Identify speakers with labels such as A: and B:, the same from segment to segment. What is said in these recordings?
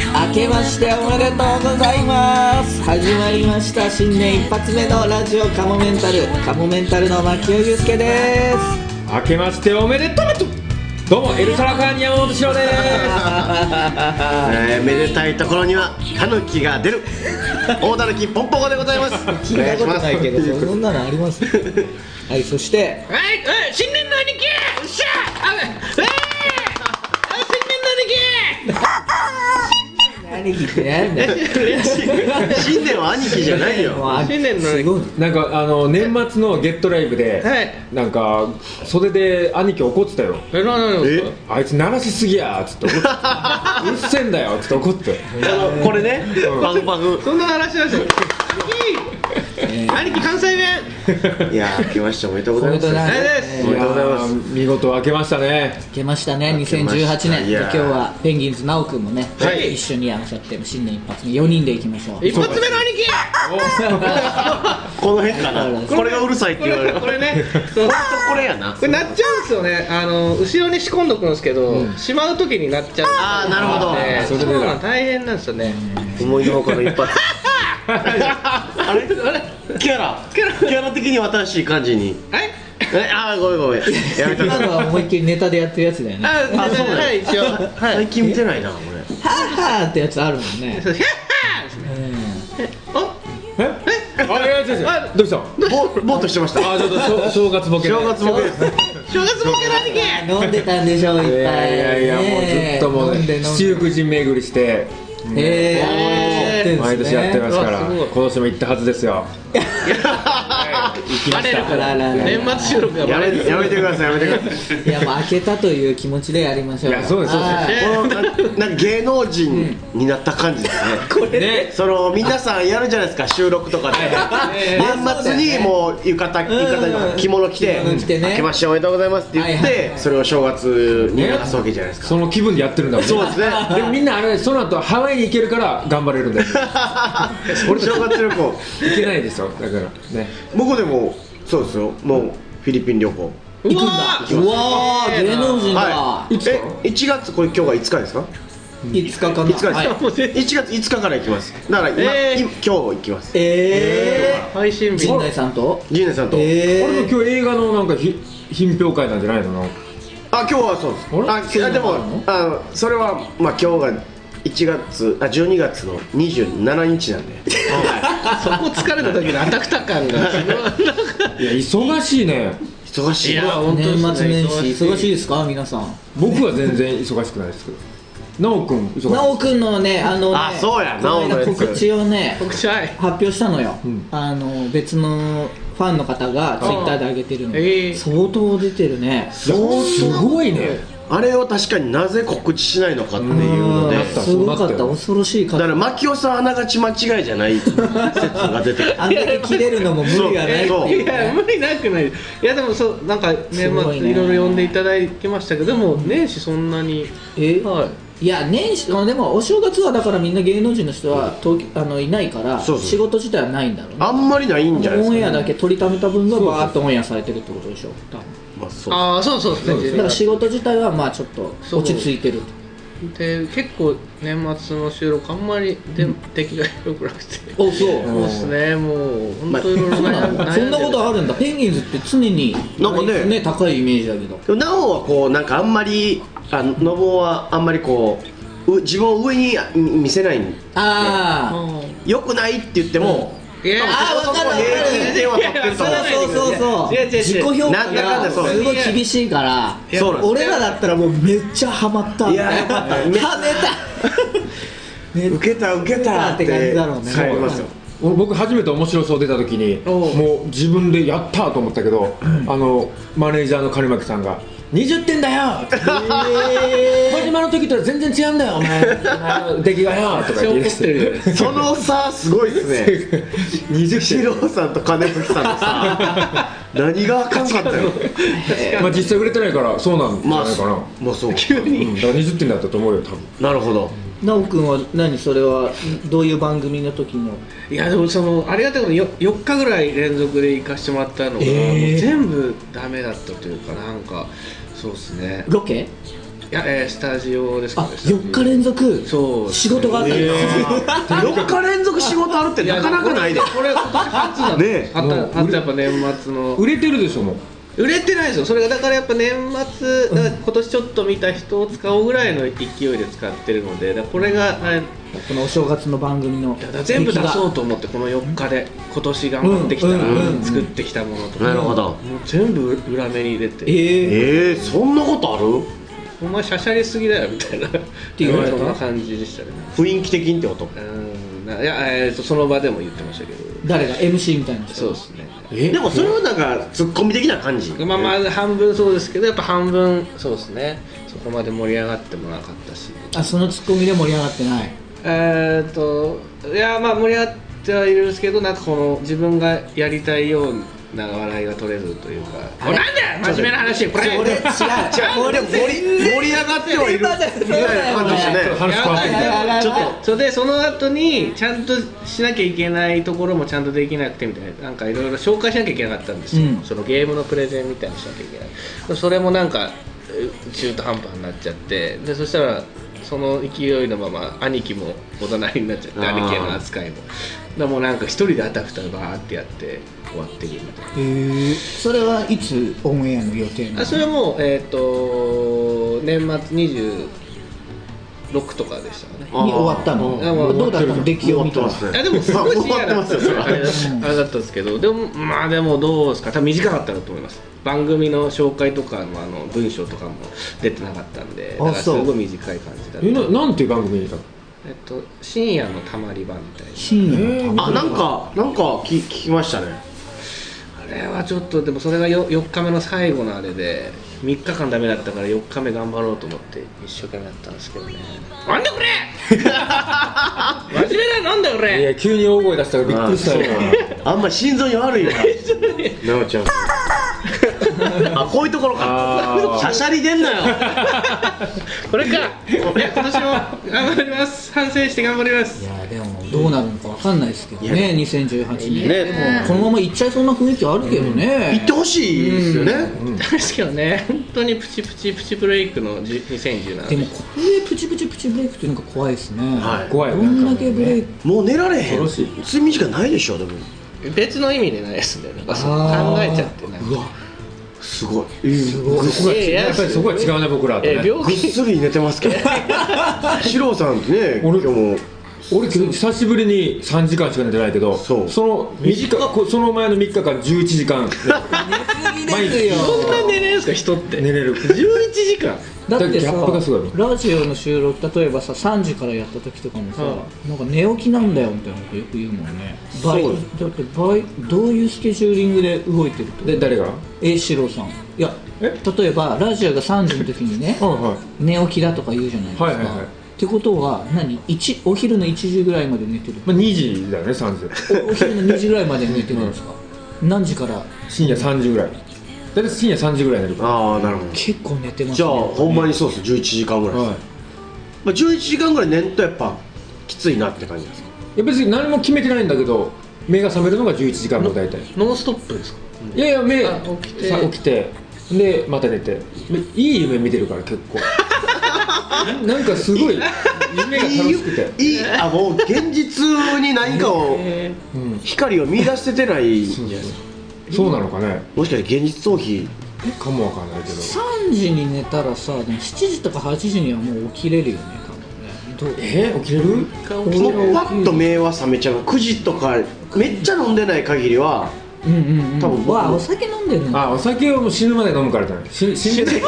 A: しておめでとうございます始まりました新年一発目のラジオカモメンタルカモメンタルの牧尾祐介です
B: 明けましておめでとうどうもエルサラカーニ山本志郎です
C: えーめでたいところにはタヌキが 出る大タヌキポンポコでございます
A: 聞いたことないけ
C: お願
A: ど
C: いします
A: そんなのありますはいそして
D: はい、うん、新年の兄貴よっしゃあええー、あ新年の兄
A: 何聞いてなんだよ
C: 新年は兄貴じゃないよ
A: もう
D: 新年の
A: すごい
B: なんかあの年末のゲットライブで、
D: はい
B: なんか袖で兄貴怒ってたよ
D: 貴え、なんですか
B: あいつ鳴らしすぎやーっつって怒ってたうっせえんだよっつって怒って
C: あのこれねパフパフ
D: そんな話なんですよ兄貴兄貴関 西弁
C: いやー明けましておめでとうございます
A: おめでとうござい
D: あ
A: ます
D: れ
C: おめでとうございます
B: やー見事明けましたね
A: 明けましたね2018
C: 明けました
A: 年
C: い
A: で
C: や
A: 今日はペンギンズ奈く君もね、
D: はい
A: 一緒に合わさって新年一発目4人でいきましょう
D: です一発目の兄貴
C: この辺かなこれがうるさいって言われる
D: これねそう
C: ほんとこれやな
D: これなっちゃうんですよねあの後ろに仕込んどくんですけど、しまう時になっちゃ
C: あ
D: う
C: あなるほど、
D: ね
B: それでだ
D: そうなん大変なんですよね
C: 思いのほかの一 発あれキャラキャラ的に新しい感じに
D: はい
C: えああごめんごめんやめと
A: 今のは思いっきりネタでやってるやつだよね
D: あ
C: あそうなんや
D: は い一応はい
C: 最近見てないな俺
A: 「ハーハー」ってやつあるもんね
D: そうヒャッハーですねお
B: えあいやいやいやいやどうしたの
C: ぼぼーっとしてました
B: あちょっとしょ正月ボケで
C: 正月ボケです
D: 正月ボケの兄貴
A: 飲んでたんでしょいっぱい
B: いやいやいやもうずっともう
A: 飲んで飲ん
B: 七
A: で
B: 福神巡りして
A: えー
B: 毎年やってますから
D: うわすご
B: 今
D: い
B: 年も行ったはずですよ
D: バレるか
A: あら
D: ら
A: らら
D: 年末収録が
C: や
D: バレる
C: めやめてくださいやめてください
A: いやもう開けたという気持ちでやりましょう
B: いやそうですそうです
A: はい
C: このななんか芸能人になった感じですね、
A: これね
C: その皆さんやるじゃないですか収録とかで 年末にもう浴衣浴衣と
A: う
C: か
A: ん
C: 着物着て
A: 着物着てね
C: 明けましておめでとうございます」って言っ
A: はいはいは
C: てそれを正月に流すわけじゃないですか
B: その気分でやってるんだもんね
C: そうですね
B: でもみんなあれその後ハワイに行けるから頑張れるんだよ
C: 俺正月旅行
B: 行けないですよだからね
C: 僕でもそうですよもうフィリピン旅行
A: 行くん
D: わ
A: だうわー芸能人だ
C: はいえ1月これ今日が5日ですか
A: 5日かな
C: 5日ですか、
A: はい
D: もう全
C: 1月5日から行きますだから今,、
D: えー
C: 今今日行きます
A: え
D: 配信
A: ー
D: 日
A: 陣内さんと
C: 陣内さんと、
A: え
B: 俺も
A: ー
B: 今日映画のなんかひ品評会なんじゃないのなんか
C: あ今日はそうです
B: あれ
C: あ
A: そうい
C: あ
A: う
C: で
A: の
C: も
A: があるの
C: あそれはまあ今日が1月あ12月の27日なんで
D: そこ疲れた時のアタクタ感がすごい
B: いや忙しいね
C: 忙しいな
D: 本当ですね
A: 年末年始忙しいですか皆さん
B: 僕は全然忙しくないですけど奈くん忙しい
A: なおくんのねあのね
C: あそうや
A: この間
C: なおのやつ
A: 告知をね
D: 僕シャイ
A: 発表したのよ、
B: ん
A: あの別のファンの方がツイッターで上げてるの、
D: えー
A: 相当出てるね
B: いやすごいね
C: あれを確かになぜ告知しないのかっていうので
B: なった
A: すごか
B: そう
A: っ
B: なった
A: た
B: よ
A: 恐ろしい
C: だ
A: 方
C: から牧雄さんあながち間違いじゃない説が出てる
A: あんだけ切れるのも無理がないって
C: そう
A: い
D: いう
A: ね
D: や無理なくないいやでもそうなんか年末
A: すごいね
D: いろいろ呼んでいただきましたけどでも年始そんなに
A: え
D: はい
A: や年始でもお正月はだからみんな芸能人の人は東あのいないから
C: そうそう
A: 仕事自体はないんだろうね
C: あんまりないんじゃないで
A: オン
C: す
A: エ
C: か、
A: アだけ取りためた分がバーッとオンエアされてるってことでしょ多分
C: まあ、そう
D: ああそうそうそう
A: だから仕事自体はまあちょっと落ち着いてる
D: で結構年末の収録あんまりで敵がよくなくて
A: おそう
D: そうですねもう本当いろいろ
A: そんな
D: 悩んで
A: のそんなことあるんだペンギンズって常に
C: なんかね
A: ね高いイメージだけど
C: でもなおはこうなんかあんまりあののぼうはあんまりこうう自分を上に見見せない
A: ああ
D: うん
C: よくないって言っても、
D: いや
A: あーわかるわかる
C: 平均点は取ってると
A: そう
C: 思う
A: そうそうそう
D: 違う違う違う
A: 自己評価
C: なんだかん
A: が
C: だそう
A: すごい厳しいから
C: いやそうなんです
A: 俺らだったらもうめっちゃハマった
C: いやよかった
A: はめためっ
C: 受けた受けたって
A: 受けたって感じだろうね
C: 帰りますよ
B: 俺僕初めて面白そう出た時に
D: おう
B: もう自分でやったと思ったけどあのマネージャーの金巻さんが「20点 だよ!」って小島の時とは全然違うんだよお前あの出来がよとか言い出し
D: めっちゃ怒ってて
C: その差すごいですね二郎さんと金吹さんのさ何があかんかったよ
B: まあ実際売れてないからそうなんじゃ
C: まあ
B: ないかな、
C: まあそう
B: うんだから20点だったと思うよ多分
C: なるほど
A: なおくんは何それはどういう番組の時の
D: いやでもそのありがたいことによ4日ぐらい連続で行かしてもらったのが、
A: えー
D: もう全部ダメだったというかなんかそうですね
A: ロケ
D: いや、えー、スタジオですか
A: あ
D: らね
A: 四4日連続
D: そうです
A: 仕
D: ね
A: 事があったんだ、
C: 4日連続仕事あるってなかなかないで
D: これ今年初だ
C: ねえ
D: あった初やっぱ年末の
B: 売れてるでしょもう
D: 売れてないですよそれがだからやっぱ年末だから今年ちょっと見た人を使おうぐらいの勢いで使ってるのでだからこれが、はい
A: このお正月の番組の
D: だから全部出
A: 出来
D: そう
A: が
D: と思ってこの4日で今年頑張ってきたら、
A: うんうんうん
D: 作ってきたものとか、
C: なるほど
D: もう全部裏目に入れて
A: ええ
C: えー、そんなことあ
D: お前しゃしゃりすぎだよみたいなって
A: 言われた
D: そんな感じでしたね
C: る雰囲気的にってこと
D: うんないや、えーとその場でも言ってましたけど
A: 誰が MC みたいな人
D: そうですね
C: でもそれはなんかツッコミ的な感じ
D: まあまあ半分そうですけどやっぱ半分そうですねそこまで盛り上がってもなかったし
A: あそのツッコミで盛り上がってない
D: えーっといやまあ盛り上がってはいるんですけどなんかこの自分がやりたいような笑いが取れずというか「おいなんだよ真面目な話これ!」
A: 俺 違う
C: これ盛り盛り上がってはいるみたいな感
A: そ
C: じで
A: う
C: したね
B: 話変わってきた
A: やばい
C: ちょっと
D: それでその後にちゃんとしなきゃいけないところもちゃんとできなくてみたいななんかいろいろ紹介しなきゃいけなかったんですよ、
A: うん
D: そのゲームのプレゼンみたいにしなきゃいけないそれもなんかえ中途半端になっちゃってでそしたらその勢いのまま兄貴もおざなりになっちゃって
C: あー
D: 兄貴への扱いもでもうなんか一人であたふたバーってやって終わってるみたいな
A: えー、それはいつオンエアの予定な
D: あ
A: の
D: それはもうえっ、と年末26とかでしたかね
A: に終わったの
D: あもう
A: どうだったの出来を見たら
C: 終わっ
D: い
C: てま
D: やでもす ごい深夜だったんですよ
C: まあ終わってます
D: あれだったんですけどでもまあでもどうですか多分短かったなと思います番組の紹介とかのあの文章とかも出てなかったんでだ
A: あ
D: からす
A: そう
D: ごい短い感じだった
B: えななんていう番組にいたの
D: えっと深夜のたまり場みたい
A: 深夜の
C: あなんかなんか聞聞きましたね
D: なあれはちょっとでもそれが 4, 日目の最後のあれで3日間ダメだったから4日目頑張ろうと思って一生懸命だったんですけどねなん だこれ真面目だなんだこ
B: い
D: れ
B: や急に大声出したからびっくりしたよ
C: あんまり心臓に悪いわなおちゃんあこういうところか
B: あー
C: しゃしゃり出んなよ
D: これかいや今年も頑張ります反省して頑張ります
A: いやでもどうなるのかわかんないですけどね2018年で
C: ね
A: もこのまま行っちゃいそうな雰囲気あるけど
C: 行っ
A: ね
C: てほしいですよね
D: ですけどね本当にプチプチプチブレイクのじ2017
A: でもこれでプチプチプチブレイクっていうのが怖いですね
C: はい
B: 怖い
A: ど
B: よなん
A: ん
B: か
A: だけブレイク
C: もう寝られへん
B: 恐ろしい
C: 睡眠時間ないでしょでも
D: 別の意味でないですねなんかそう
A: あー
D: 考えちゃってなんか
C: うわすごい
A: すごい
B: そこが
D: いやいや
B: やっぱりそこは違うね僕らと
D: え
B: ね
D: 病
C: ぐっ
D: 気
C: すり寝てますけど シローさんね今
B: 俺
C: 日も
B: 俺今日久しぶりに3時間しか寝てないけど
C: そう
B: の短こその前の3日間11時間
A: 寝すぎですよ
D: そんな寝れるんですか人って
B: 寝れる
D: 11時間
A: だっ
B: だっ
A: て
B: てギャ
A: さ
B: ップがすごいもん
A: ラジオの収録例えばさ3時からやった時とかもさ、なんか寝起きなんだよみたいなことよく言うもんねバイ
C: そう
A: だってバイどういうスケジューリングで動いてるってこと
B: で誰が
A: え四郎さんいや
B: え
A: 例えばラジオが3時の時にね
B: うんはい
A: 寝起きだとか言うじゃないですか、
B: はいはいはい
A: ってことは何一お昼の1時ぐらいまで寝てる
B: まあ、2時だよね3時
A: おお昼の2時ぐらいまで寝てるんですか何時から
B: 深夜3時ぐらいだいたい深夜3時ぐらい寝るか
C: ああなるほど
A: 結構寝てますね
C: じゃあほんまにそうっす11時間ぐら
B: ら、
C: いです
B: はい、
C: まあ、11時間ぐらい寝るとやっぱきついなって感じなんですか
B: いや別に何も決めてないんだけど目が覚めるのが11時間後大体
D: ノンストップですか
B: いやいや目
D: あ起きて
B: さ起きてでまた寝てめいい夢見てるから結 構ななんかすごい夢が楽しくて
C: いいいいあもう現実に何か を光を見出せてないんじゃないですか
B: そうなのかね
C: もしかして現実逃避
B: かもわかんないけど
A: 3時に寝たらさでも7時とか8時にはもう起きれるよね多分ねどう
B: え起きれる
A: 起き
C: も
A: れ
C: う
A: る
C: パッと目は覚めちゃう9時とかめっちゃ飲んでない限りは
A: うんうんうん
C: 多分僕
A: わあお酒飲んでるの
B: あお酒をもう死ぬまで飲むからじゃないし死んでない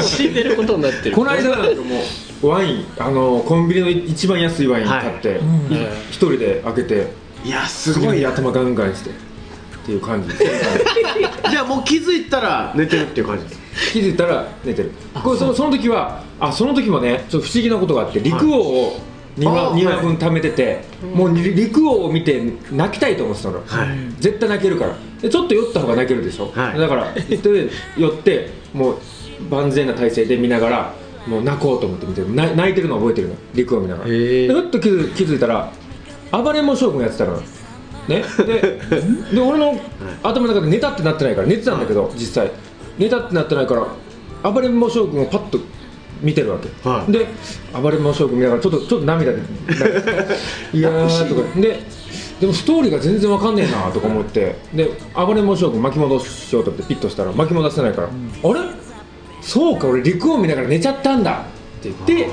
D: 死んでることになってる
B: この間なんかもうワインあのコンビニの一番安いワイン買って、
A: うん
B: い一人で開けて
C: いやす
B: す
C: ご
B: ご
C: い
B: い
C: や
B: 頭ガンガンしてっていう 感じ
C: じゃあもう気づいたら寝てるっていう感じです
B: 気づいたら寝てるこれそのその時はあその時もねちょっと不思議なことがあって陸王を2
C: あ
B: 話
C: ー
B: ,2 話分貯めてて、もうり陸王を見て泣きたいと思ってたの、
C: はい
B: 絶対泣けるからでちょっと酔った方が泣けるでしょ、
C: はい
B: だからで酔ってもう万全な体勢で見ながらもう泣こうと思って見てるな泣いてるの覚えてるの陸を見ながらでふっと気づ気づいたら暴れん坊将軍やってたのねでで俺の頭の中で寝たってなってないから寝てたんだけど実際寝たってなってないから暴れん坊将軍をパッと見てるわけ、
C: はい
B: で暴れん坊将軍見ながらちょっとちょっと涙で いやーとかででもストーリーが全然わかんねえなとか思ってで暴れん坊将軍巻き戻しようと思ってピッとしたら巻き戻せないから、あれそうか俺陸を見ながら寝ちゃったんだって言って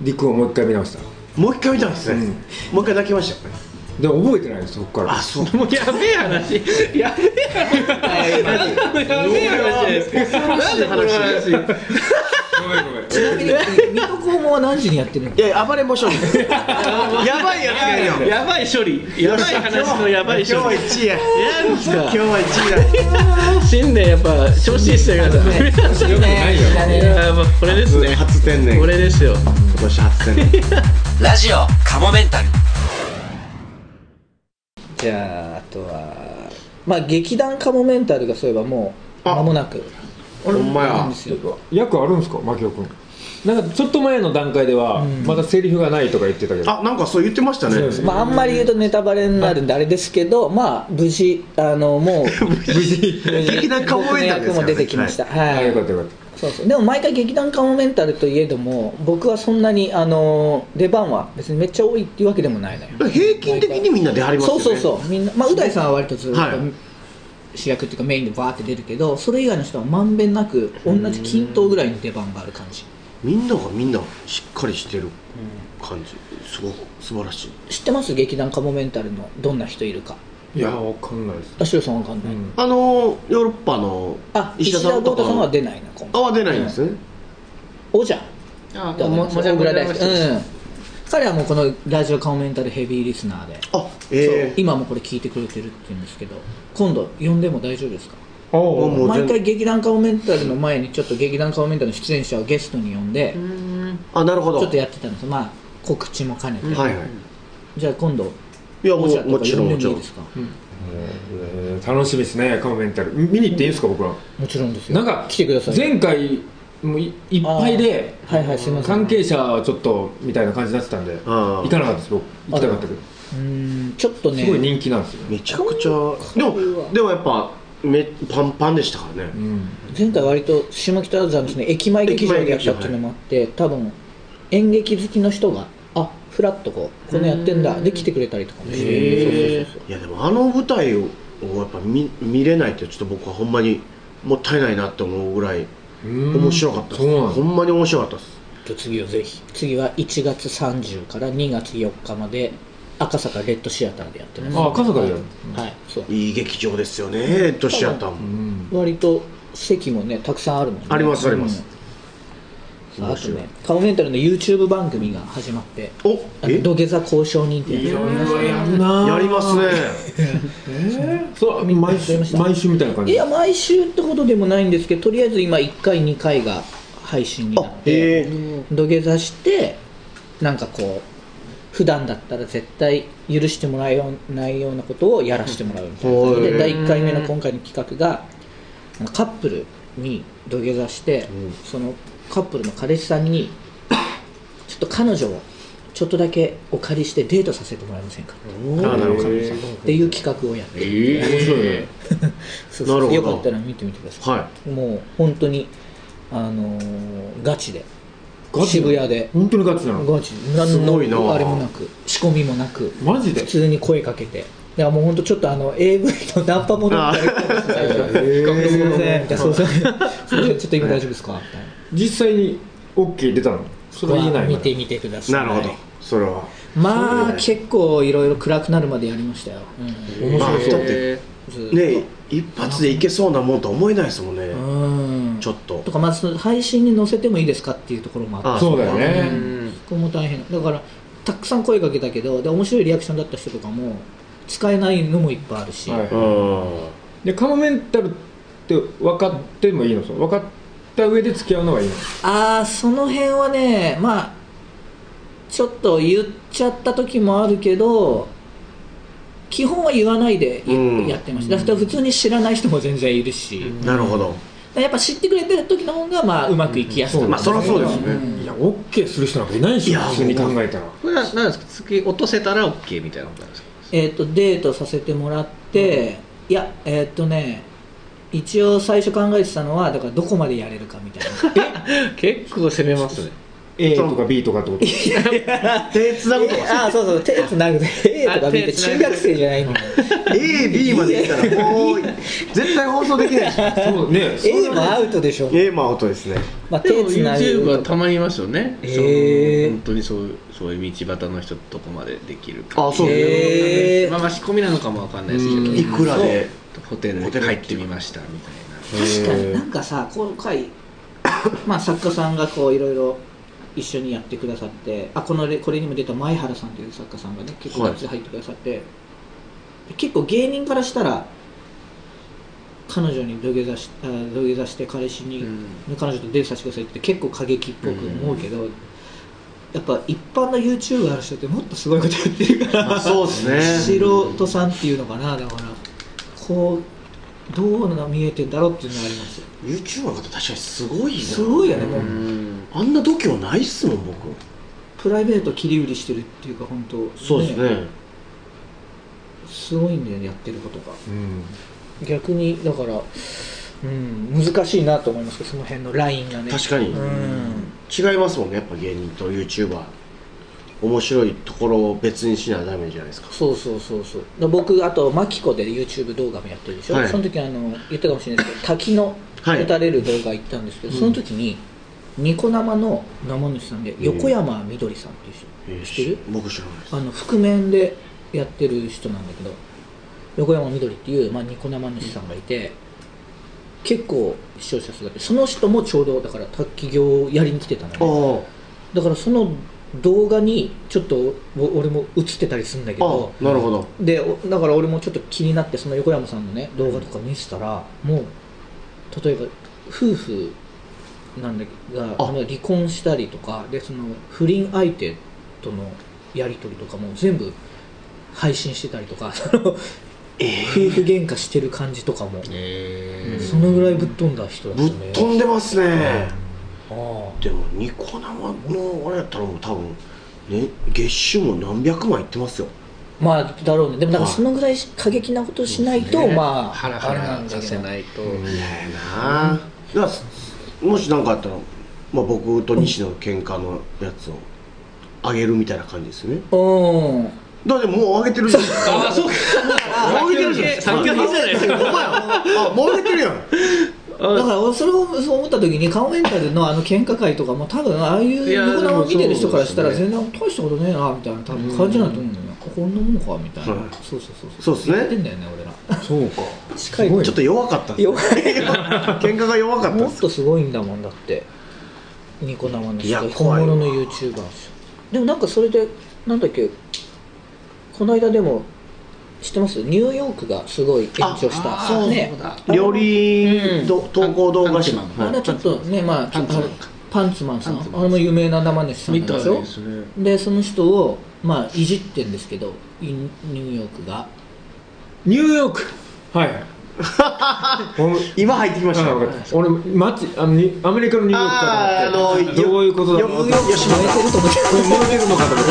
B: 陸をもう一回見直した
C: もう一回見たんですね、もう一回泣きましたよ
B: でも覚えてないですそこから
C: あそう
D: もうやべえ話やべえ
A: はいまず
D: 話やべえ話じゃないですかなんでこの
B: ご
D: 話
B: めんごめん
A: ちなみに水戸黄門は何時にやってるの
C: いや暴れん坊将軍やばいやつがいるよ
D: やばい処理やばい話のやばい処
C: 今日は
D: 理
C: 1位や
D: やんす
C: 今
D: か
C: 日は1位だ
D: 新年やっぱ調子いいっすよ皆さん
A: ね
B: よくないよ
A: だ
D: い
A: ね
D: や まあこれですね
C: 初天然
D: こ
C: 今
D: れですよ
C: 年初天然
E: ラジオカモメンタル
A: じゃああとはまあ劇団カモメンタルがそういえばもう間もなく
C: ほんまや
A: んですよ
B: 役あるんですか牧く君なんかちょっと前の段階ではまだセリフがないとか言ってたけど、
C: あなんかそう言ってましたね
B: そうです
A: まああんまり言うとネタバレになるんであれですけどまあ無事あの もう
B: 無事
C: 劇団カモメンタル
A: 僕
C: ですからね
A: の役も出てきましたはい、
B: あよかったよかっ
A: そうそうでも毎回劇団カモメンタルといえども僕はそんなにあの出番は別にめっちゃ多いっていうわけでもないのよ
C: 平均的にみんな出張りますよ
A: そう
C: ね
A: そうそうみんなまあう大さんは割とずっと、
C: はい
A: 主役っていうかメインでバーって出るけどそれ以外の人はまんべんなく同じ均等ぐらいの出番がある感じ
C: みんながみんなしっかりしてる感じすごく素晴らしい
A: 知ってます劇団カモメンタルのどんな人いるか
B: たいやわかんないです、
A: 田代さんわかんない、
B: うん
C: あのーヨーロッパの
A: あ石田豪太さんは出ないな今
C: あ
A: 回
C: は出ないんですね
A: おじゃん
D: あ
A: だから
D: も
A: 小倉大輔うん彼はもうこのラジオカモメンタルヘビーリスナーで
C: あええ
A: 今もこれ聞いてくれてるって言うんですけど今度呼んでも大丈夫ですか
B: ああ
C: もうもう
A: 毎
C: 全
A: 回劇団カモメンタルの前にちょっと劇団カモメンタルの出演者をゲストに呼んで
C: あなるほど
A: ちょっとやってたんですまあ告知も兼ねて、
C: はいはい
A: じゃあ今度
C: いやも
A: おじゃ
C: う
A: と
C: も
A: か
C: ち
A: 呼
C: ろ
A: ん
C: ん
A: で
C: も
A: もいい
C: ちろん
A: ですか
B: えー楽しみですねカモメンタル見に行っていいんですか僕ら
A: もちろんですよ
B: なんか
A: 来てください
B: 前回もいいっぱいで
A: あーはいはいすいません
B: 関係者はちょっとみたいな感じになってたんで
C: あー
B: 行かなかったです僕行きたかったけど
A: うーんちょっとね
B: すごい人気なんですよね
C: めちゃくちゃでもでもやっぱめパンパンでしたからね
B: うん
A: 前回割と下北沢のその駅前劇場でやったっていうのもあって多分演劇好きの人があフラッとこうこのやってんだで来てくれたりとかもして
D: へー
A: そうそうそう
C: いやでもあの舞台をやっぱ見見れないってちょっと僕はほんまにもったいないなって思うぐらい面白かったです
B: そうなん
C: ほ
B: で
C: んまに面白かったです
A: じゃあ次をぜひ次は1月30から2月4日まで赤坂レッドシアターでやってます
B: あ赤坂でやる
A: はい、はい、そう
C: いい劇場ですよねとシアター
B: すうん
C: も
A: 割と席もねたくさんあるもんね
C: ありますあります
A: うんあとねカモメンタルの YouTube 番組が始まって
C: お
A: あの
C: え
A: 土下座交渉人って
B: い
A: や
B: ろいろやるな
C: やりますね
B: そう毎週毎週みたいな感
A: つい
B: じ
A: や毎週ってことでもないんですけどとりあえず今1回2回が配信にな
C: あ
A: って
C: ええ
A: 土下座してなんかこう普段だったら絶対許してもらえないようなことをやらせてもらうみたいな、
C: うん
A: で第1回目の今回の企画があのカップルに土下座して、そのカップルの彼氏さんに ちょっと彼女をちょっとだけお借りしてデートさせてもらえませんか
C: あなるほど
A: っていう企画をやって
D: え
B: 面白いね
A: そうそう
C: なるほど
A: よかったら見てみてください、
C: は
A: もう本当にあのーガチで
B: ガチなの
A: 渋谷で
B: 本当にガチなの
A: ガチ何
C: すごいな
A: のあれもなく仕込みもなく
B: マジで
A: 普通に声かけてだからもう本当ちょっとあの AV のナンパものみたいな最初
B: へー
A: すいませんみたいな そうそうすいませんちょっと今大丈夫ですかみたいな
B: 実際に OK 出たのそれは言えない
A: 見
B: まだ
A: てみてくだ
C: い
A: さい
C: なるほどそれは
A: まあ結構いろいろ暗くなるまでやりましたよ、うん
B: 面白そう
C: だって
A: ずっと
C: ね一発でいけそうなもんとは思えないですもんね
A: うん
C: ちょっと
A: とかまず配信に載せてもいいですかっていうところもあって
C: あ
B: そうだよね
A: そこも大変だからたくさん声かけたけどで面白いリアクションだった人とかも使えないのもいっぱいあるし、
B: は
C: う
B: い
C: ん
B: でカモメンタルって分かってもいいのその分かった上で付き合うのがいいの
A: ああその辺はねまあちょっと言っちゃった時もあるけど基本は言わないでや
C: うん
A: やってました、だから普通に知らない人も全然いるし、だか
C: なるほど
A: らやっぱ知ってくれてる時の方がまあうまくいきやすかった、
C: まあそりゃそうですよね
B: いや OK する人なんかいないで
C: い
B: しょ
C: や
B: 普通に考えたら
D: これは何ですか月落とせたら OK みたいなことなんですか
A: えっ、とデートさせてもらって、いやえっ、とね一応最初考えてたのはだからどこまでやれるかみたいな
D: 結構攻めますね
B: A とか B とかってこと
C: 手つなぐとか
A: ああそうそう手つなぐで A とか B って中学生じゃないの
C: AB までいったらもう絶対放送できないし
B: そうね
A: A もアウトでしょ、
C: A マアウトですね
A: まあ、
D: でも
A: 手つな
D: YouTube は
A: ぐ
D: たまにいますよね、
A: へー
D: その本当にそういうそういう道端の人とこまでできるか
C: あそうね
A: へえ
D: まあ、まあ仕込みなのかもわかんないですけど
C: いくらで
D: ホテルに入ってみましたみたい
A: 確かになんかさ今回 まあ作家さんがこういろいろ一緒にやってくださってあこのレこれにも出た前原さんという作家さんがね結構
C: はい
A: ガッツリ入ってくださって、結構芸人からしたら彼女に土下座しあ土下座して彼氏に、
D: う
A: 彼女とデートさせてくださいって結構過激っぽく思うけど、やっぱ一般の YouTuber の人ってもっとすごいことやってるから、
C: そうですね
A: 素人さんっていうのかなだからこうどうが見えてんだろうっていうのがあります
C: YouTuber の方確かにすごいな
A: すごいよねもう、
D: な、うん
C: あんな度胸ないっすもん僕
A: プライベート切り売りしてるっていうか本当
C: そうですね
A: すごいんだよねやってることが
B: うん
A: 逆にだからうん難しいなと思いますけどその辺のラインがね
C: 確かに
A: うん
C: 違いますもんねやっぱ芸人と YouTuber 面白いところを別にしなダメじゃないですか
A: そうそうそうそうだ僕あとマキコで YouTube 動画もやってるでしょ、
C: はい
A: その時あの言ったかもしれないですけど滝の
C: はい
A: 打たれる動画行ったんですけど、その時にニコ生の生主さんで横山みどりさんっていう人、知ってる
C: 僕知らないです
A: あの覆面でやってる人なんだけど横山みどりっていう、まあ、ニコ生主さんがいて結構視聴者数があってその人もちょうどだから卓球業をやりに来てたのね
C: あー
A: だからその動画にちょっとお俺も映ってたりするんだけど
C: あなるほど
A: でおだから俺もちょっと気になってその横山さんのね動画とか見てたら、もう例えば夫婦なんだけどが
C: あ
A: あの離婚したりとかでその不倫相手とのやり取りとかも全部配信してたりとかその夫婦喧嘩してる感じとかも、
D: え
A: そのぐらいぶっ飛んだ人だった
C: ぶっ
A: ね
C: 飛んでますね
A: あ
C: でもニコ生のあれやったらもう多分ね月収も何百万いってますよ
A: あまあだろうねでもなんか
C: はい
A: そのぐらい過激なことしないと、
D: ね
A: まあ
D: ハラ
A: あ
D: ハ
A: れなん
D: ラ
A: だ
D: さ
A: けど
D: せないと、
C: やなあだからもし何かあったら、まあ、僕と西の喧嘩のやつをあげるみたいな感じですよね
A: うん
C: だってもうあげてるじゃん
D: ああそうか
C: もうあげてるじゃん
D: 先駆けじゃないですか
C: お前あもうあげてるやん
A: だから俺それをそう思った時にカモメンタルのあの喧嘩会とかも多分ああいう
D: いや
A: ニコ生を見てる人からしたら
D: でもそう
A: 全然大したことねえなみたいな多分感じないと思うんだよねこんなもんかみたいな、
C: はい
A: そうそうそう
C: そうですね
A: やってんだよね俺ら
B: そうか
A: 近い
B: すごい
C: ちょっと弱かったっす
A: よ
C: 喧嘩が弱かった
A: も
C: っ
A: っ
C: す
A: とすごいんだもんだってニコ生の
C: いや
A: 人
C: 怖
A: 本
C: いわ
A: 物の YouTuber ですよでもなんかそれでなんだっけこの間でも知ってますニューヨークがすごい炎上した
D: あそう
A: ね
D: そうだ
C: 料理ど投稿動画し
D: パンチマ
A: あ
D: ン
A: れはちょっとねまあ
D: パンツマンか
A: パンツマンさん
D: パンツマンさん
A: あれも有名な生主さん
D: 見
A: なん
D: た
A: で
D: い
A: しょ
D: ですね
A: でその人をまあいじってんですけどインニューヨークが
B: ニューヨークはい 俺
C: 今入ってきました
B: あ分かった俺マジあのにアメリカのニューヨーク
C: あ
B: か
C: ー
B: と思って
C: あの
B: どういうことだろう
C: よよ
B: よし
A: 燃えてると思って
B: 燃えてるのかと思って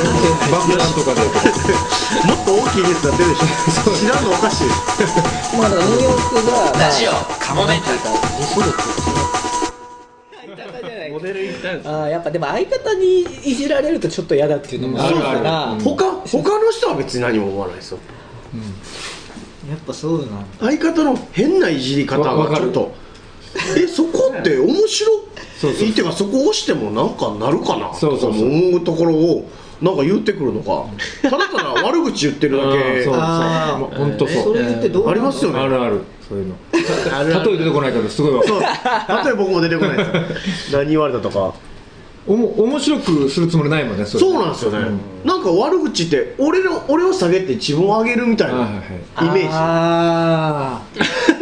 B: 爆弾とかで
C: もっと大きいニュースが出るでしょ知らんのおかしい
A: まあだからニューヨークがまあ
E: ラジオカモメンタル
A: リスるって
D: モデル行ったんです
A: ああやっぱでも相方にいじられるとちょっと嫌だっていうのもあるから
B: うんあるある
C: 他他の人は別に何も思わないですよ
A: やっぱそうなんだ
C: 相方の変ないじり方
B: わわ
C: が
B: か
C: ちょ
B: る
C: っとえそこって面白いっていうかそこ押してもなんかなるかな
B: そうそうそう
C: とか思うところをなんか言ってくるのかただただ悪口言って るだけ
B: そうそう
A: あー
B: もう本当そ
A: そうれってどう
C: あ
A: な
C: り
A: の
C: ますよ
B: あ
C: ね
B: るあるそういうの例え出てこないけどすごいわかる
C: そう例えば僕も出てこない ですよ何言われたとか
B: おも面白くするつもりないもんねそれ
C: そうなんですよね、なんか悪口って俺の俺を下げて自分を上げるみたい
B: はいはい
C: な
B: は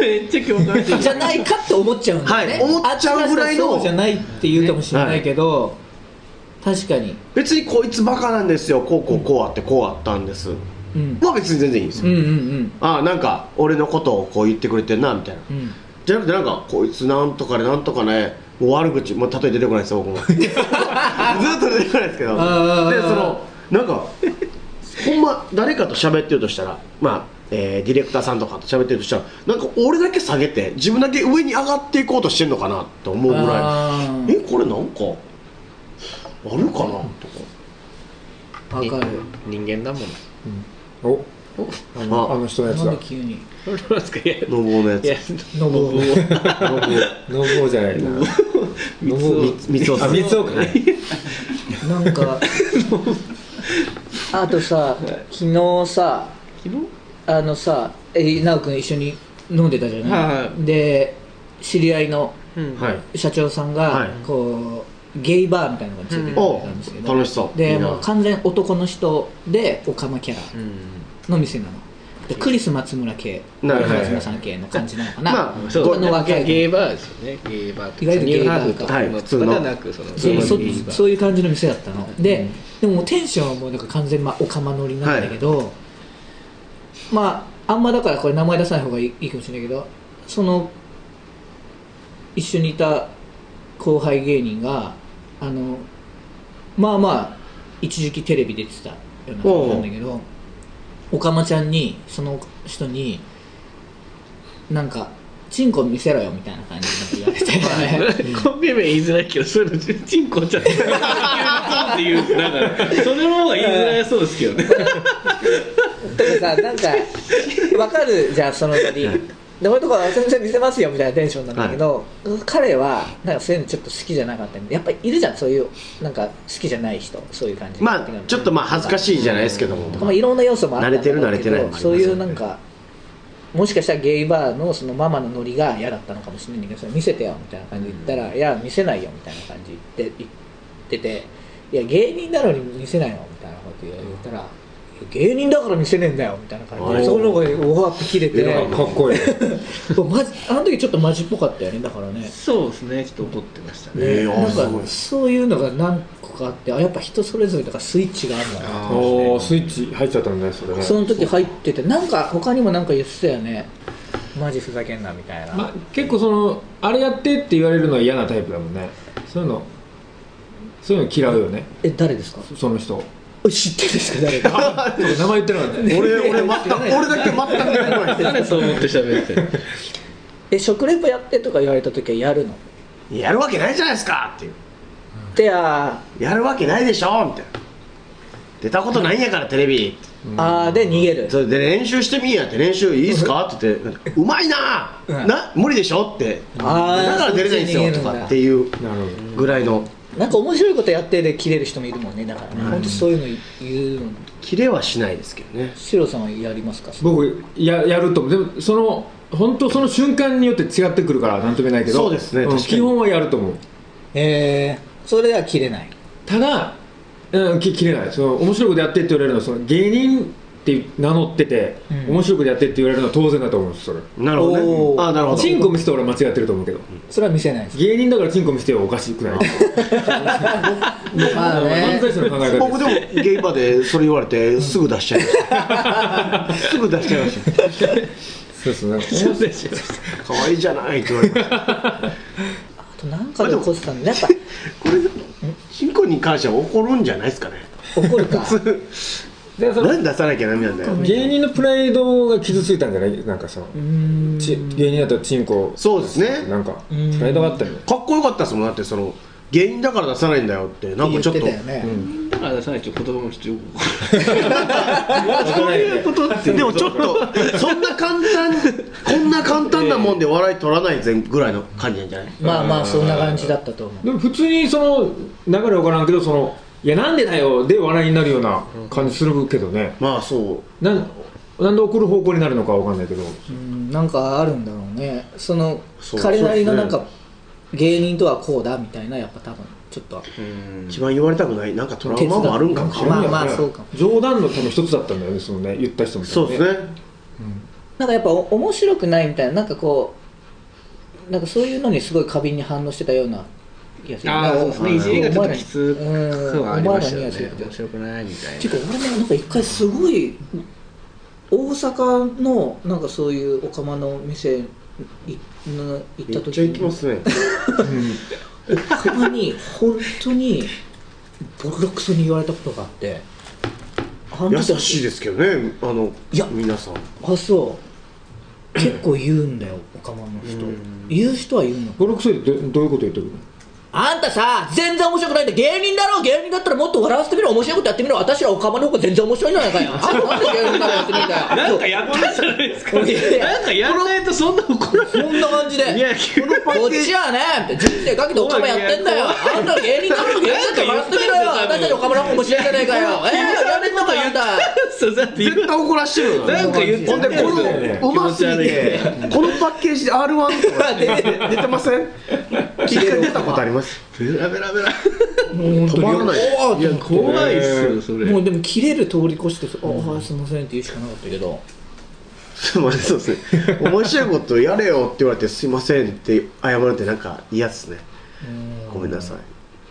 B: い
C: イメ
A: あ
C: ージ
D: めっちゃ共感して
A: ーじゃないかって思っちゃうんだよね、
C: はい思っちゃうぐらいの
A: あっちがそうじゃないって言うかもしれないけど、確かに
C: 別にこいつバカなんですよこうこうこうあってこうあったんです
A: うん
C: まあ別に全然いいんですよ、
A: うんうんうん
C: ああなんか俺のことをこう言ってくれてんなみたいな、
A: うん
C: じゃなくてなんかこいつなんとかでなんとかねもう悪口もう例え出てこないで すよ僕もずっと出てこないですけどでそ
A: あー
C: のなんかほんま誰かと喋ってるとしたらまあえーディレクターさんとかと喋ってるとしたらなんか俺だけ下げて自分だけ上に上がっていこうとしてるのかなと思うぐら
A: あ
C: いえ
A: ー
C: これなんかあるかなとか
A: わかる
D: 人間だもん
B: おあの
C: あ
B: あの人のやつ
A: なん
B: だ
A: で急に
D: それなんですかいやい
C: 信ぼのやつ
D: や
A: ノブ
B: 信夫じゃないな信夫
C: みつおさ
B: あ
C: ん
B: 三つか
A: なんか あとさ昨日さ
D: 昨日
A: あのさえー奈く君一緒に飲んでたじゃない、
D: は
A: で知り合いの
D: うん
C: はい
A: 社長さんが、
C: はい
A: こうゲイバーみたいなのがついて
C: お
A: たんですけど、
C: 楽しそうい
A: で
C: いな
A: もう完全男の人でオカマキャラ
D: うん
A: の店なのでクリス松村系
C: なるほど
A: 松村さん系の感じなのかな、
C: まあ
D: そう
A: 他の若い子
D: ゲイバーですよねゲイバーとか
A: いわゆるゲイバーか
D: ニュハーフとかではなくその
A: そうそ
D: ゲイバー
A: そういう感じの店だったので、でももうテンションはもうなんか完全まあオカマ乗りなんだけど、まああんまだからこれ名前出さない方がいいいいかもしれないけどその一緒にいた後輩芸人があのまあまあ一時期テレビ出てたような人なんだけどオカマちゃんにその人になんかチンコ見せろよみたいな感じで言われ て
D: コンビ名言いづらいけどそういうのチンコ ちゃって急にポンって言うってなんかその方が言いづらいそうですけどね
A: とかさなんかわかるじゃんそのノリで俺とか全然見せますよみたいなテンションなんだけど、彼はなんかそういうのちょっと好きじゃなかったみたいやっぱりいるじゃんそういうなんか好きじゃない人そういう感じ
C: まあちょっとまあ恥ずかしいじゃないですけども
A: とかまあいろんな要素もあったんだろうけど
C: 慣れてる慣れてないもありますよ
A: そう
C: ね
A: いうなんかもしかしたらゲイバーのそのママのノリが嫌だったのかもしれないんだけどそれ見せてよみたいな感じで言ったら、いや見せないよみたいな感じで言ってていや芸人なのに見せないよみたいなこと言ったら、芸人だから見せねえんだよみたいな感じ
C: お
A: で
C: ー
A: そこの方がうわって切れて
B: かっこいい
A: こうマジあの時ちょっとマジっぽかったよねだからね
D: そうですねちょっと怒ってましたね
C: ええあ
A: なん
C: すごい
A: かそういうのが何個かあってあやっぱ人それぞれだからスイッチがあるんだな
B: おおスイッチ入っちゃったんだねそれね
A: その時入っててなんか他にもなんか言ってたよねマジふざけんなみたいな、
B: まあ、結構そのあれやってって言われるのは嫌なタイプだもんねそういうのそういうの嫌うよね
A: え誰ですか
B: その人
A: え知ってるんですか誰か
B: 名前言ってな かったね
C: 俺俺全く俺だけ全く出てこない
D: 誰そう思って喋ってる
A: え食レポやってとか言われた時はやるの
C: やるわけないじゃないですかっていう
A: でや
C: やるわけないでしょみたいな出たことないんやからテレビって
A: ー、あーで逃げる
C: それで練習してみんやって練習いいっすかって言ってうまいな
A: うん
C: な無理でしょってだ
A: あー
C: から出れないんです
A: そっ
C: よ
A: ちに逃げる
C: と
A: んだ
C: かっていう
B: なるほ
C: ぐらいの
A: なんか面白いことやってで切れる人もいるもんねだからね、本当そういうの言うの
C: キレはしないですけどね
A: シロさんはやりますか
B: ど僕ややると思うでもその本当その瞬間によって違ってくるからなんとも言えないけど
C: そうですね
B: ん
C: 確かに
B: 基本はやると思う
A: えー、それでは切れない
B: ただ、うん、き切れないその面白いことやってって言われるのはその芸人って名乗ってて、
A: うん
B: 面白いことやってって言われるのは当然だと思うんですそれ
C: なるほど
A: お
C: ね
A: ー
C: あなるほど
B: チンコ見せて俺は間違ってると思うけど、
A: それは見せないです
B: 芸人だからチンコ見せてはおかしくない
A: まあ
B: 漫
A: ね
B: 才師の考え方
C: 僕でもゲイバーでそれ言われてすぐ出しちゃい ましたすぐ出しちゃいました
B: そうですね
C: 可愛いじゃないって言われました
A: あとなんかで起こってたんでや っぱ
C: これチンコに関しては怒るんじゃないですかね
A: 怒る か
B: でその
C: 何出さなきゃダメなんだよ
B: 芸人のプライドが傷ついたんじゃないなんかそのち芸人だったらチンコ
C: そうですね
B: なんか
A: ん
B: プライドがあったよね
C: かっこよかったですもんだってその芸人だから出さないんだよってなん
A: 言
C: か
A: っ
C: ちょってと
A: たよね、
D: あ出さないと言葉も 必要
C: そういうことってでもちょっとそんな簡単こんな簡単なもんで笑い取らないぜぐらいの感じなんじゃない
A: まあまあそんな感じだったと思う
B: でも普通にその流れわからんけどそのいやなんでだよで笑いになるような感じするけどね
C: まあそう
B: なんなんで怒る方向になるのかわかんないけど
A: うんなんかあるんだろうねその
C: そう
A: 彼なりの
C: そう
A: な
C: で
A: ん
C: すね
A: か芸人とはこうだみたいなやっぱ多分ちょっと
C: 一番言われたくないなんかトラウマもあるんかもしれない
A: まあまあそうかも
B: 冗談の多分一つだったんだよねそのね言った人も
C: そうですね
A: なんかやっぱお面白くないみたいななんかこうなんかそういうのにすごい過敏に反応してたような気がする
D: ああそうですねいじりがちょっときつ
A: く
D: くはありましたよ
A: て
D: ね面白くないみたいな
A: いうか俺ねなんか一回すごい大阪のなんかそういうお釜の店いの行っ
C: め
A: た
C: っ
A: 時
C: ちゃ行きますね
A: たまに本当にボロクソに言われたことがあってあ半
C: 優
A: 分
C: しいですけどねあの
A: いや
C: 皆さん
A: あそう結構言うんだよおかまの人言う人は言うの
B: 56歳でどどういうこと言ってるの
A: あんたさ全然面白くないって芸人だろ芸人だったらもっと笑わせてみろ面白いことやってみろ私らおかまの方が全然面白いんじゃないかよあんたなんで芸人だろやってみたよ
D: なんかやったんじゃないですかなんかやらないとそんな怒られ
A: そんな感じで
D: いや
A: こっちはね人生かけておかまやってんだよあんたら芸人だろ芸人だったら笑ってみろよ私たちおかまの方が面白いんじゃないかよええやめんのかよあんた
D: そうだって
C: 絶対怒らしてるよ
D: なんか言っち
C: ほ
D: ゃ
C: ん
D: っ
C: で
D: て
C: このうますぎてこのパッケージで R1 とか出てません一回出たことありますベラベラベラ止まらない
A: おーって
D: 怖いっすよそれ
A: もうでも切れる通り越して「ああすいません」って言うしかなかったけど
C: すいませんそうですね面白いことやれよって言われてすいませんって謝るってなんか嫌ですねごめんなさ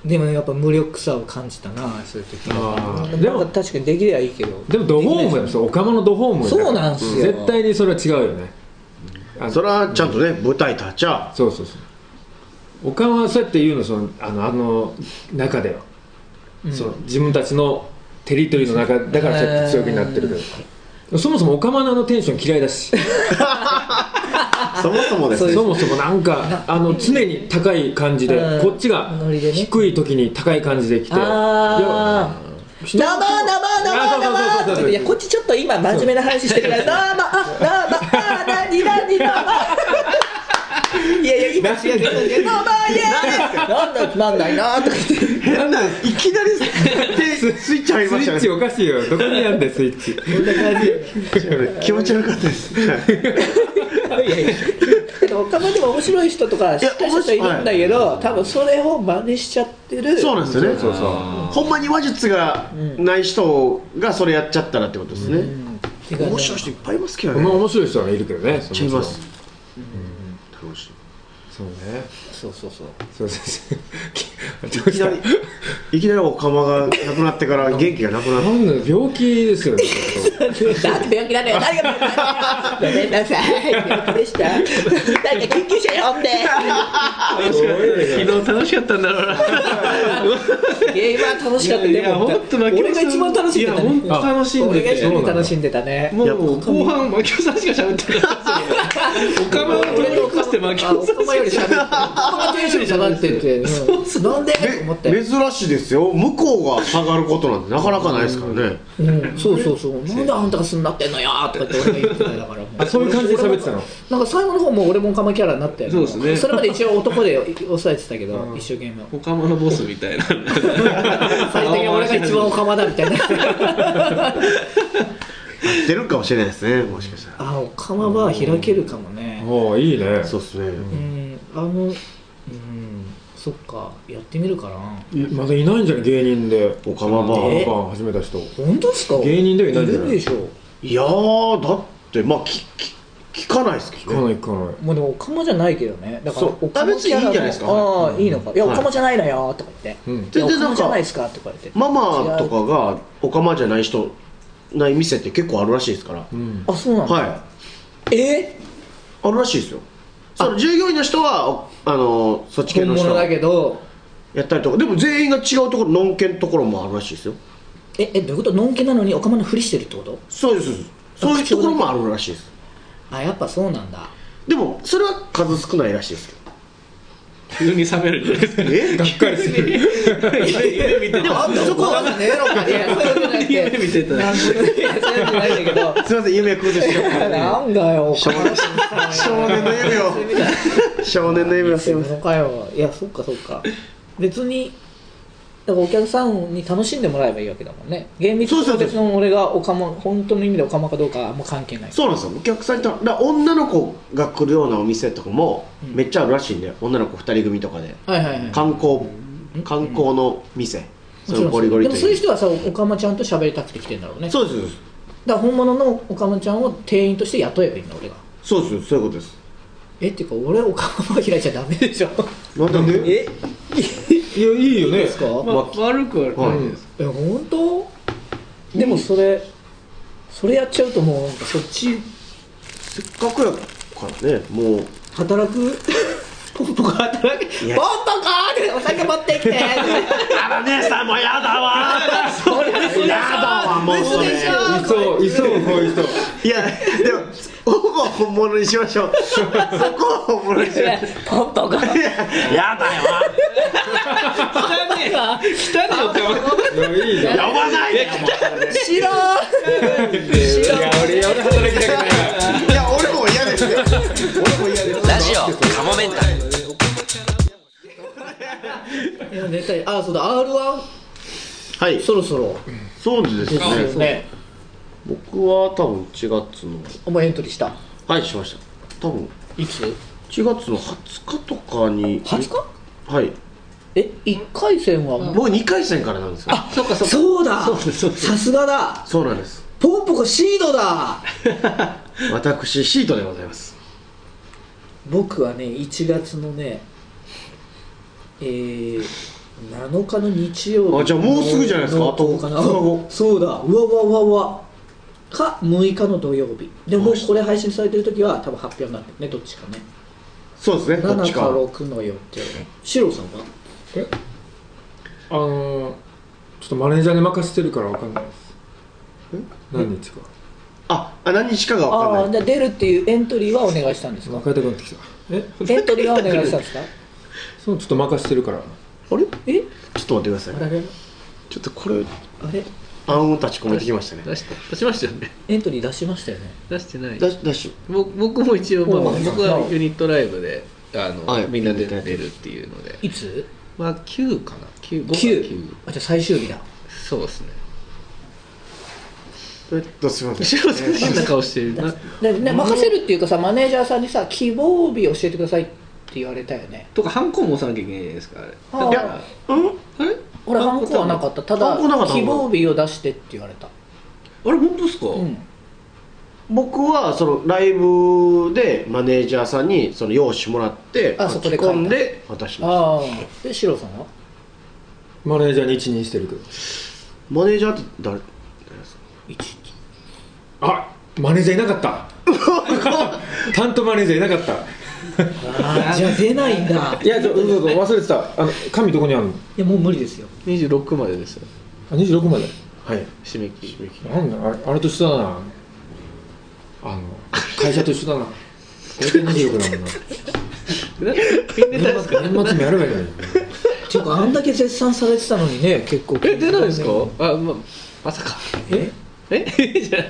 C: い
A: でもやっぱ無力さを感じたなそういう時は
B: あーでも
A: なんか確かにできればいいけど
B: でもドホームやんそれオカマのドホームやから
A: そうなんすよ
B: 絶対にそれは違うよねあ
C: それはちゃんとね舞台立ちゃ
B: そうそうそうおかんはそうやって言うのそのあのあの中では、そう自分たちのテリトリーの中だからそうやって強気になってるけど、そもそもおかまのあのテンション嫌いだし
C: そもそもですね
B: そもそもなんかあの常に高い感じで
A: うん
B: こっちが
A: ノリでね
B: 低い時に高い感じで来て、
A: ああ生生生
B: あそうそうそう
A: 生
B: そうそう
A: いやこっちちょっと今真面目な話してるから生あ生あ何何生いやいや今違うけど生イエーイなんだなんだいなーとか言って
C: 変なんいきなり手スイッチ入り
B: ス
C: ま
B: イ
C: した
B: ッ
C: ね
B: チおかしいよどこにあんだよスイッチ
C: 気持ち悪かったです
A: けど他までも面白い人とかしっかりした人いるんだけど多分それを真似しちゃってる
C: そうなんですよね
B: そうそう
C: ほんまに話術がない人がそれやっちゃったらってことですね、
A: てかね
C: 面白い人いっぱいいますけど
B: ま
C: ね、
B: あ
C: めっ
B: 面白い人はいるけどねそ
C: ちゃい
B: もそも
C: ます、うん、楽しい
B: そうね
A: そうそうそう
B: そうそう そうどう
C: いき
B: した
C: なり いきなりお釜がなくなってから元気がなくなって
B: なんだよ病気です よね
A: だって病気なのよ誰が病気なのよごめんなさい病気でした誰か救急車呼んで
D: 昨日楽しかったんだろうな
A: ゲーマー楽しかった
D: いやい
A: で
D: や
A: も
D: ほんと負けません
A: 俺が一番楽しんでたね
D: いやほんと楽しんで
A: 俺
D: て
A: が一番楽しんでたね
D: も
C: やっぱ
D: う後半槙尾さんしか喋ってなかった岡村を取り残して槙尾さん
A: お前より喋ってるお前テンション下がっててうんなんでと思って
C: で珍しいですよ向こうが下がることなんてなかなかないですからね、
A: うん、そうそうそう、なんであんたがすんなってんのよーとかって俺が言ってたよだからもう
B: あそういう感じで喋ってたの
A: なんか最後の方もう俺もオカマキャラになったよ
D: そうですね
A: それまで一応男で抑えてたけど、一生懸 命
D: 岡村ボスみたいな
A: 最終的に俺が一番オカマだみたいな
C: 出るかもしれないですねもしかした ら
A: あオカマバー開けるかもね
B: おおいいね
C: そうですね、
A: うんあのうんそっかやってみるかない
B: まだいないんじゃない芸人で
C: おかまバ
B: バ
C: ー
B: ンバン始めた人
A: 本当ですか
B: 芸人ではいないんじゃない
A: るでしょ
C: いやーだってまあきき聞かないですけ
B: か
C: どね
B: ないかない
A: もうでもオカマじゃないけどねだから
C: そう
A: オカマキャラの
C: あ別にいいんじゃないですか
A: ああいいのかいやオ
C: はい
A: カマじゃないのよーとか言って、
B: うん
A: いや
C: 全
A: オカ
C: 然な
A: マ
C: ん
A: じゃないで
C: か
A: すかとか言って
C: ママとかがおかまじゃない人ない店って結構あるらしいですから、
A: あそうなんだ、
C: はい
A: え
C: あるらしいですよその従業員の人はおあのそっち系
A: 本
C: の人
A: 物だけど
C: やったりとかでも全員が違うところのんけんところもあるらしいですよ
A: ええどういうことのんけなのにオカマのふりしてるってこと
C: そうですそうですそういうところもあるらしいです
A: あやっぱそうなんだ
C: でもそれは数少ないらしいです
D: 急に冷めるんじゃないですか
C: けどえ
D: 夢見て
A: でもあんたそこは ねえのかいやそういうことじゃなくて
D: 夢見てた
A: なんでいやそういうことじゃないんだけど
C: すいません夢崩してしまっ
A: なんだよ、おかま
C: た少年の夢を 少年の夢をすいません
A: のかよ。いや、そっかそっか。別に、だからお客さんに楽しんでもらえばいいわけだもんね。厳密
C: そうそう
A: に
C: そう
A: 別に俺がおかま、本当の意味でおかまかどうかはあんま関係ない。
C: そうなんですよお客さんにとだから女の子が来るようなお店とかもめっちゃあるらしいんで、女の子2人組とかで
A: はいはいはい。
C: 観光観光の店、そのゴリゴ
A: で
C: リと
A: もそういう
C: いう
A: 人はさ、おかまちゃんと喋りたくて来てんだろうね。だか
C: そうですそうです
A: ら本物のおかまちゃんを店員として雇えばいいんだ、俺が。
C: そうですそういうことです
A: え、っていうか、俺おかま開いちゃダメでしょ。
C: なんで
A: え
B: いやいいよ
A: いい
B: ね
A: ですか、
D: ま悪くはないです
A: え本当でもそれ、それやっちゃうともうなんかそっち
C: せっかくやからねもう
A: 働く ポンポ
D: こ働
A: ボ
D: け
A: ンとこーってお酒持ってきて
C: あら姉さんもやだわ
A: それです
C: やだわもう
A: 嘘
C: そ
A: で
C: れ
A: しょ
B: いそういそうこういう人
C: いやでもほぼ本物にしましょうそこは本物にしましょ
A: ボンとこー
C: うやだよ
B: いやいいじゃん
C: やばないよ
A: 白
B: いや俺俺働きたくない
C: いや俺も嫌ですよ俺も嫌です
E: ラジオカモメンタル
A: いや絶対あそうだ R1
C: はい
A: そろそろ
C: そうです
A: ですよ
C: ね
A: ね
C: 僕は多分1月の
A: お前エントリーした
C: はいしました多分
A: いつ
C: 1月の20日とかに
A: ?20 日
C: はい
A: え一1回戦はもう
C: 僕2回戦からなんですよ
A: あそっかそっかそうださすがだ
C: そうなんです
A: ポンポコシードだ
C: 私シートでございます
A: 僕はね1月のねえー、7日の日曜日
C: あじゃあもうすぐじゃないですか
A: の10日の
C: あと2日後
A: そうだうわうわうわうわか6日の土曜日でもうこれ配信されてる時は多分発表になってるねどっちかね
C: そうですねどっ
A: 7
C: ち
A: か
C: か
A: 6の予定シロさんは
B: あのー、ちょっとマネージャーに任せてるからわかんないです何日か
C: ああ何日かが分
A: あ
C: か
A: あ
C: ん
A: じゃ
C: ない
A: あ出るっていうエントリーはお願いしたんですか
B: 分かりたくなってきたえ
A: エントリーはお願いしたんですか
B: そうちょっと任せてるから
C: あれちょ
A: え
C: っと待ってください
A: あれ
C: ちょっとこれ
A: あれ
C: 暗雲たち込めてきましたね
D: 出した出しましたよね
A: エントリー出しましたよね
D: 出してない
C: だしだし
D: 僕僕も一応、まあ、
A: おう
D: 僕はユニットライブであの、
C: はい
D: みんなで出るっていうので
A: いつ
D: まあ9かな9
A: 9
D: 9
A: あじゃあ最終日だ
D: そうですね
C: えっとすいません
D: 後ろさん変な顔してるな
A: でね、任せるっていうかさマネージャーさんにさ希望日教えてくださいって言われたよね
D: とかハンコも押さなきゃいけないじゃないですかあれ
A: あー
D: だから
C: うん
D: あれ
A: 俺ハンコはなかったただ
C: ハンコなかった
A: 希望日を出してって言われた
D: あれ本当ですか、
A: うん
C: 僕はそのライブでマネージャーさんにその用紙もらって
A: あそ
C: 書
A: こで書
C: き
A: いた
C: 込んで渡しました
A: ああでシロさんは
B: マネージャーに一任してるけど
C: マネージャーって誰誰ですか
B: あマネージャーいなかっ た担当マネージャーいなかった
A: あじゃあ出ないんだ
B: いやちょそうそう忘れてたあの紙どこにあるの
A: いやもう無理ですよ
D: 26までですよ
B: あ26まで
C: はい
D: 締め切り
B: なんだあれあれと一緒だなあの会社と一緒だな大体26だもんな
D: なみんな出ますか
B: 年末年末もやればいいのに
A: ていうかあんだけ絶賛されてたのにね結構
D: え出ないですかあまあまさか
A: え
D: えじゃあ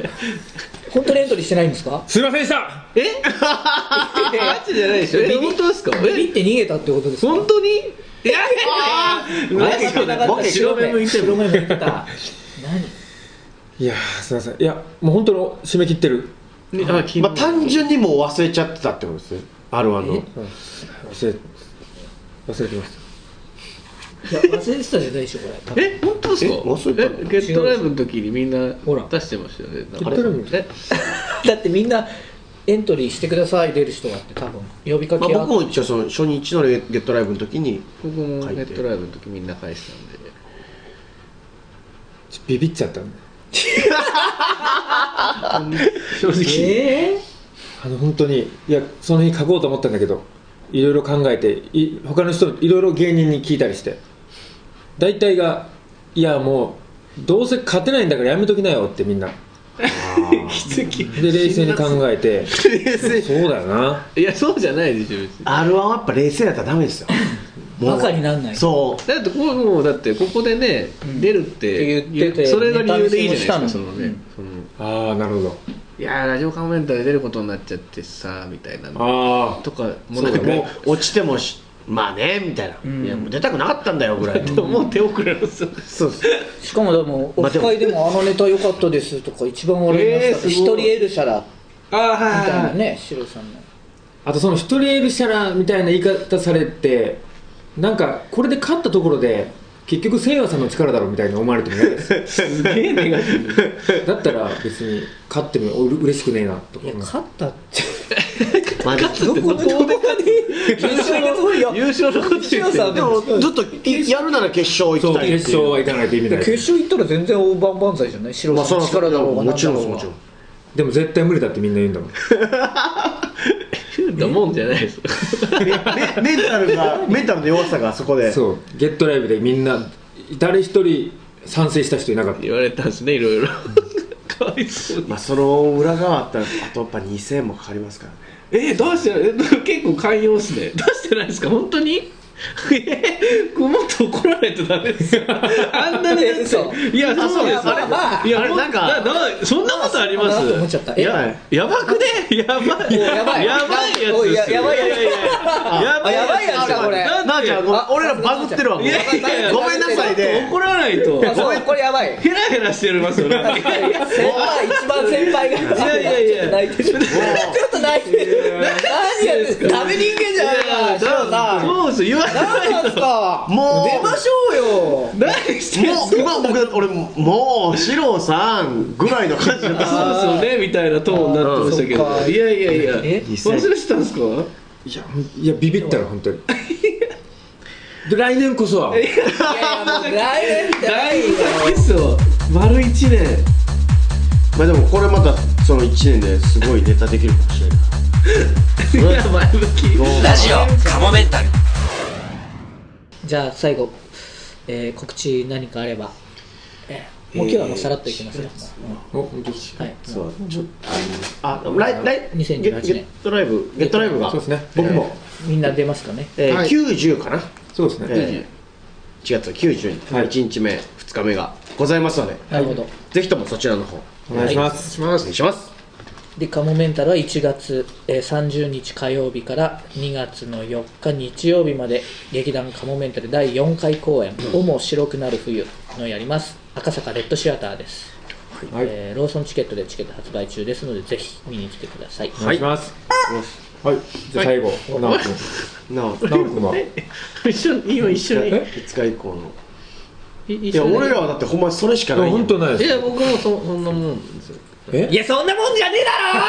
A: 本当にエントリーしてないんですか
B: すいませんでした
D: えマジじゃないでしょえ本当ですか
A: ビビ
D: え
A: って逃げたってことですか
D: 本当にいやいやいや
A: 怪しくなかった白目向いて白目向いてた
B: いやーすいませんいやもう本当に締め切ってる
D: ねあ昨日
C: まあ単純にもう忘れちゃってたってことですね R1 の
B: 忘れ忘れてました
A: 何いや忘れてたじゃないでしょこれ多分
D: え本当ですか
C: え忘れたの
D: えゲットライブの時にみんな
A: ほら
D: 出してましたよねなん
B: ゲ
D: か
B: ットライブの時
D: え
A: だってみんなエントリーしてください出る人がって多分呼びか
C: まあ
A: け
C: 僕も一応その初日のレゲットライブの時に
D: 僕も
C: 書いて
D: ゲットライブの時みんな返したんで
B: ちょビビっちゃった んで
D: 正直
A: え
B: あの本当にいやその日書こうと思ったんだけどいろいろ考えてい他の人いろいろ芸人に聞いたりして大体がいやもうどうせ勝てないんだからやめときなよってみんなで 冷静に考えてそうだよない
D: やそうじゃないでしょ別に
C: R1 はやっぱ冷静だったらダメですよ
A: ー、バカになんない
C: そう
D: だってこうもうだってここでね、
A: ん
D: 出るって
A: って言ってて
D: それが理由でいいじゃないですかそ
A: ネタ
D: の
A: 見せ
D: ね
A: も、
D: その
B: ああなるほど
D: いやーラジオカモメンタルで出ることになっちゃってさみたいなの
B: あ
D: とか
C: もう
D: もな
C: なん
D: んか
C: か
D: もう
C: もう落ちてもしまあねみたいな、
A: ん
C: いやもう出たくなかったんだよぐらいの、
D: もう手遅れのそう
C: そうです
A: しかもでもオフ会でも「あのネタ良かったです」とか一番笑いましたって
D: えー
A: 一
D: すご
A: 人
D: い
A: エルシャラ
B: ああ
A: みたい
B: は
A: ないねシロさんの
B: あとその一人エビシャラみたいな言い方されてなんかこれで勝ったところで結局せいやさんの力だろみたいに思われても嫌です
D: すげえネガティブ
B: だったら別に勝ってもう嬉しくねえなとか
A: いや勝ったって
C: マジ
A: どこでどこで決勝のとこよ
D: 優勝のこと言って
A: シ
D: る
A: ロさん
C: でもずっといやるなら決勝
B: そ
C: 行き
B: う
C: たいっていう
B: 決勝は行かないといみたいな
A: 決勝行ったら全然大盤万歳じゃないシロ
C: まあ
A: さん
C: そ
A: の
C: の
A: 力だろうが
C: もちろん
A: なんだろう
C: も
A: が
C: ちろん
B: でも絶対無理だってみんな言うんだもん
D: 言うったもんじゃないです
C: メメンタルがメンタルの弱さがそこで
B: そうゲットライブでみんな誰一人賛成した人いなかった
D: 言われたんですねいろいろ かわいそうに
C: まあその裏側あったらあとやっぱ2000もかかりますからね
D: えー、どうしてえ結構寛容っすねどうしてないですか本当に えー、もっと怒らないとダメですよあんなに
A: え嘘
D: いやそうです
A: まあまあ
D: いや
C: あれ
D: ほ
C: なんか
D: ななそんなことありま
A: あ
D: す
A: と思っちゃった
D: い
A: え
D: ややばくねやばい
A: やばい
D: やばいやつですよ
A: おいややばいやつ
D: いや
A: あやばいやつだこれ
D: だって
C: なあちゃんごめん
A: あ
C: 俺らバズってるわもう
D: いやいやいや
C: ごめんなさいで
D: 怒らないと
A: あそうこれやばい
D: ヘラヘラしてますよなんか
A: 先輩一番先輩が
D: いやいやいや
A: ちょっと泣いてるちょっと泣いてる何やってんのダメ人間じゃないか翔さん
D: そうですよ言わない
A: 何なんすか
C: もう
A: 出ましょうよ
D: 何してんの
C: もう今僕だって俺もう四郎さんぐらいの感じだった
D: そうですよねみたいなトーンになってましたけ
A: あーそっ
D: ど
A: か
D: いやいやいや
A: え
D: 忘れてたんですか
B: いやいやビビったら本当にで来年こそはい
A: やいやもう来年って
D: だ いぶ先っすよ丸一年
C: まあでもこれまたその1年ですごいネタできるかもしれない
D: いや前向き
E: ラジオカモメンタル
A: じゃあ最後、えー告知何かあれば、えーもう今日はもうさらっといきますよ、
B: お本当です
A: はい、
C: そうちょっとあの来来
A: 2018
C: ゲゲットライブゲットライブが
B: そうですね
C: 僕も、
A: みんな出ますかね
C: えー
B: はい
C: 90かな、
B: そうですね、
C: えー、1月90日、
B: はい
C: 1日目2日目がございますので
A: なるほど、
C: ぜひともそちらの方
B: お願いします、
C: お願いします
A: でカモメンタルは1月、えー30日火曜日から2月の4日日曜日まで劇団カモメンタル第4回公演「おも白くなる冬」のやります赤坂レッドシアターです、
B: はい
A: えーローソンチケットでチケット発売中ですのでぜひ見に来てください、
B: お願いしますはい、じゃあ最後直君
C: なお
B: 直君は
D: 一緒に今一緒に
C: 5日以降の
D: い
C: いや俺らはだってほんまにそれしかない
B: 本当ない
D: い
B: です
D: や僕もそそんなもんですよ
B: え
A: いやそんなもんじゃねえだろ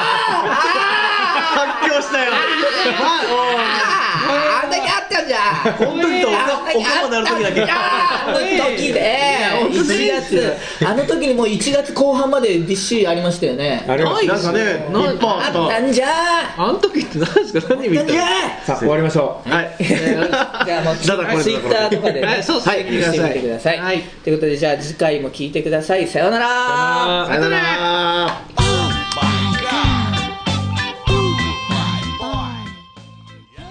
A: ー
C: 発狂したよ
A: あんだけあったじゃん
C: この時とおかもなる時だけ
A: あの時で1月あの時にもう1月後半までびっしりありましたよね
B: あれは
C: なんかねいっ
D: ない
C: ぱい
A: あ
C: あ
A: った
C: っ
A: んじゃ
D: あの時って何ですか何見
A: ーあったんじ
D: た
A: ゃ
B: さあ終わりましょう
C: たはい
A: ーじゃあもうツ
C: だからこれ
A: イッターとかで
D: は
A: ね
D: いそうですね
A: チェックしてみてください
D: はい
A: ということでじゃあ次回も聞いてくださいさようなら
C: さよなら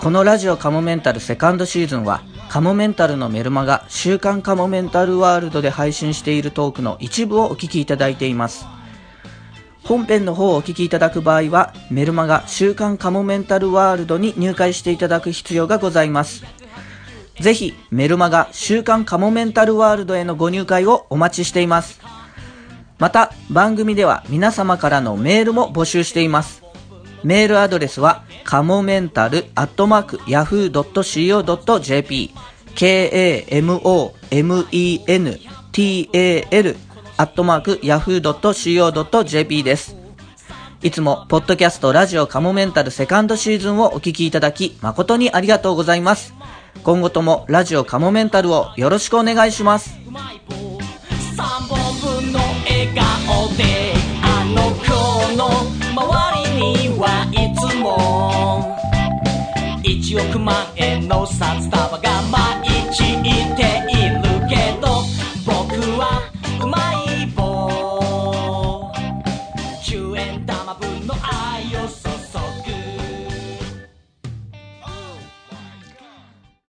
A: このラジオカモメンタルセカンドシーズンは、カモメンタルのメルマガ、週刊カモメンタルワールドで配信しているトークの一部をお聞きいただいています。本編の方をお聞きいただく場合は、メルマガ、週刊カモメンタルワールドに入会していただく必要がございます。ぜひ、メルマガ、週刊カモメンタルワールドへのご入会をお待ちしています。また、番組では皆様からのメールも募集しています。メールアドレスは、かもめんたる、アットマーク、yahoo.co.jp、k-a-m-o-m-e-n-t-a-l、アットマーク、yahoo.co.jp です。いつも、ポッドキャスト、ラジオ、カモメンタルセカンドシーズンをお聞きいただき、誠にありがとうございます。今後とも、ラジオ、カモメンタルをよろしくお願いします。
F: うまい棒3本分の笑顔であの子の周りにはいつも1億万円の札束